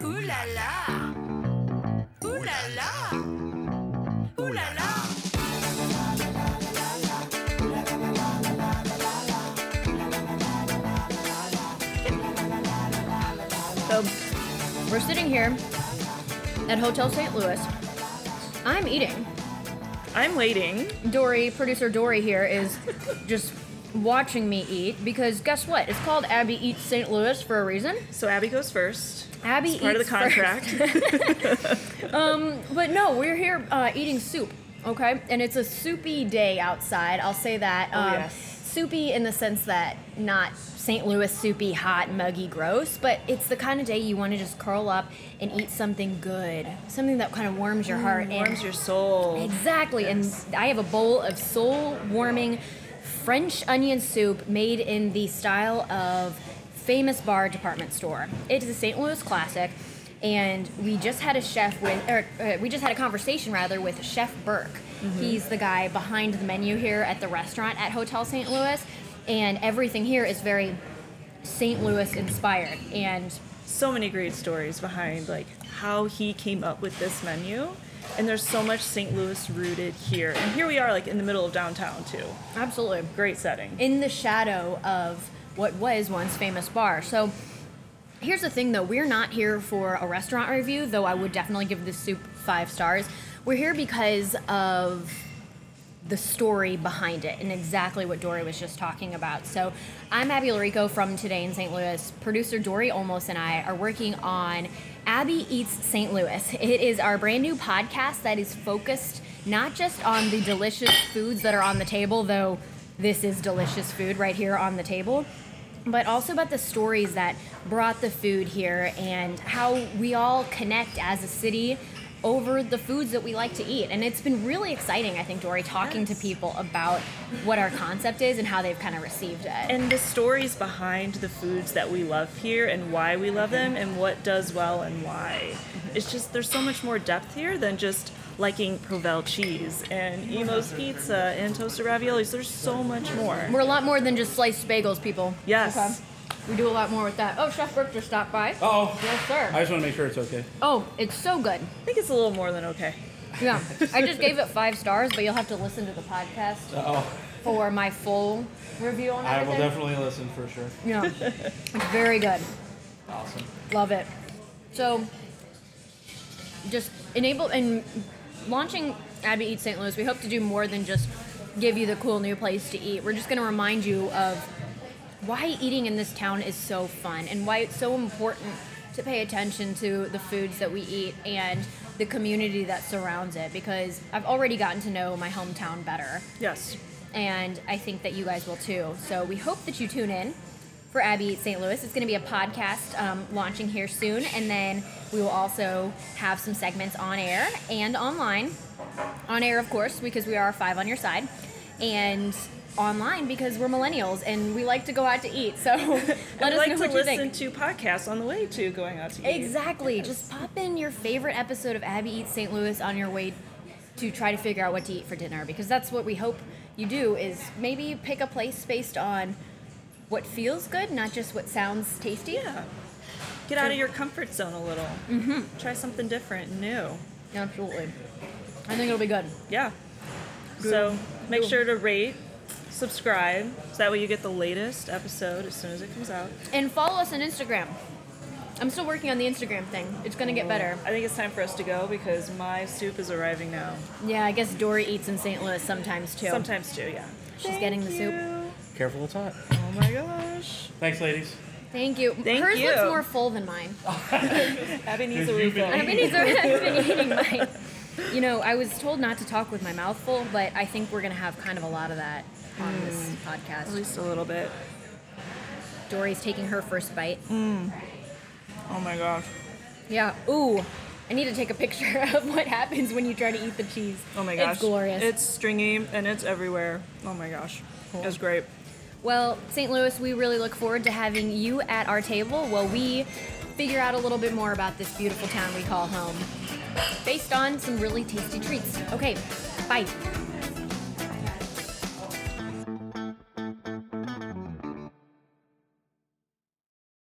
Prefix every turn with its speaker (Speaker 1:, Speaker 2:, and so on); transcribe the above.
Speaker 1: là là Ouh là là Ouh là là
Speaker 2: So we're sitting here at Hotel St. Louis. I'm eating.
Speaker 3: I'm waiting.
Speaker 2: Dory, producer Dory here, is just watching me eat because guess what? It's called Abby Eats St. Louis for a reason.
Speaker 3: So Abby goes first.
Speaker 2: Abby
Speaker 3: It's part of
Speaker 2: eats Um,
Speaker 3: the contract.
Speaker 2: But no, we're here uh, eating soup. Okay, and it's a soupy day outside. I'll say that. Um,
Speaker 3: Oh, yes.
Speaker 2: Soupy in the sense that not St. Louis soupy, hot, muggy, gross, but it's the kind of day you want to just curl up and eat something good, something that kind of warms your heart and
Speaker 3: Mm, Warms your soul.
Speaker 2: Exactly. And I have a bowl of soul warming French onion soup made in the style of famous bar department store. It is a St. Louis classic. And we just had a chef with, or uh, we just had a conversation rather with Chef Burke. He's the guy behind the menu here at the restaurant at Hotel St. Louis. And everything here is very St. Louis inspired. And
Speaker 3: So many great stories behind like how he came up with this menu. And there's so much St. Louis rooted here. And here we are like in the middle of downtown too.
Speaker 2: absolutely.
Speaker 3: Great setting.
Speaker 2: in the shadow of what was once famous bar. So here's the thing though, we're not here for a restaurant review, though I would definitely give this soup five stars. We're here because of the story behind it and exactly what Dory was just talking about. So I'm Abby Larico from Today in St. Louis. Producer Dory Olmos and I are working on Abby Eats St. Louis. It is our brand new podcast that is focused not just on the delicious foods that are on the table, though this is delicious food right here on the table, but also about the stories that brought the food here and how we all connect as a city over the foods that we like to eat. And it's been really exciting, I think, Dory, talking to people about what our concept is and how they've kind of received it.
Speaker 3: and the stories behind the foods that we love here and why we love them and what does well and why. It's just there's so much more depth here than just liking Provel cheese and Emo's pizza and toasted raviolis. There's so much more.
Speaker 2: We're a lot more than just sliced bagels, people.
Speaker 3: Yes.
Speaker 2: We do a lot more with that. Oh, Chef Burke just stopped by.
Speaker 4: Oh,
Speaker 2: Yes, sir.
Speaker 4: I just want to make sure it's okay.
Speaker 2: Oh, it's so good.
Speaker 3: I think it's a little more than okay.
Speaker 2: Yeah. I just gave it five stars, but you'll have to listen to the podcast
Speaker 4: Oh,
Speaker 2: for my full review on
Speaker 4: I
Speaker 2: everything.
Speaker 4: will definitely listen for sure.
Speaker 2: Yeah. It's very good.
Speaker 4: Awesome.
Speaker 2: Love it. So just enable and launching Abby Eats St. Louis, we hope to do more than just give you the cool new place to eat. We're just going to remind you of why eating in this town is so fun and why it's so important to pay attention to the foods that we eat and the community that surrounds it because I've already gotten to know my hometown better
Speaker 3: Yes.
Speaker 2: and I think that you guys will too. So we hope that you tune in for Abby Eats St. Louis. It's going to be a podcast um, launching here soon, and then we will also have some segments on air and online. On air, of course, because we are five on your side, and online because we're millennials and we like to go out to eat. So let
Speaker 3: I
Speaker 2: us
Speaker 3: like
Speaker 2: know
Speaker 3: to
Speaker 2: what you
Speaker 3: listen
Speaker 2: think.
Speaker 3: to podcasts on the way to going out to eat.
Speaker 2: Exactly. Just pop in your favorite episode of Abby Eats St. Louis on your way to try to figure out what to eat for dinner because that's what we hope you do is maybe pick a place based on what feels good, not just what sounds tasty.
Speaker 3: Yeah. Get out of your comfort zone a little. Mm-hmm. Try something different, and new.
Speaker 2: Absolutely. I think it'll be good.
Speaker 3: Yeah. So make sure to rate, subscribe, so that way you get the latest episode as soon as it comes out.
Speaker 2: And follow us on Instagram. I'm still working on the Instagram thing. It's gonna get better.
Speaker 3: I think it's time for us to go because my soup is arriving now.
Speaker 2: Yeah, I guess Dory eats in St. Louis sometimes too.
Speaker 3: Mm. Sometimes too, yeah.
Speaker 2: She's getting the soup.
Speaker 4: Careful, it's hot.
Speaker 3: Oh my gosh.
Speaker 4: Thanks, ladies.
Speaker 2: Thank you.
Speaker 3: Thank
Speaker 2: Hers looks
Speaker 3: you.
Speaker 2: more full than mine.
Speaker 3: Abby needs a
Speaker 4: Have you been
Speaker 3: refill.
Speaker 2: I've been, eating, I've been eating mine. You know, I was told not to talk with my mouth full, but I think we're going to have kind of a lot of that on this
Speaker 3: At
Speaker 2: podcast.
Speaker 3: least a little bit.
Speaker 2: Dory's taking her first bite.
Speaker 3: Oh my gosh.
Speaker 2: Yeah. Ooh. I need to take a picture of what happens when you try to eat the cheese.
Speaker 3: Oh my gosh.
Speaker 2: It's glorious.
Speaker 3: It's stringy and it's everywhere. Oh my gosh. It's great.
Speaker 2: Well, St. Louis, we really look forward to having you at our table while we figure out a little bit more about this beautiful town we call home based on some really tasty treats. Okay, bye.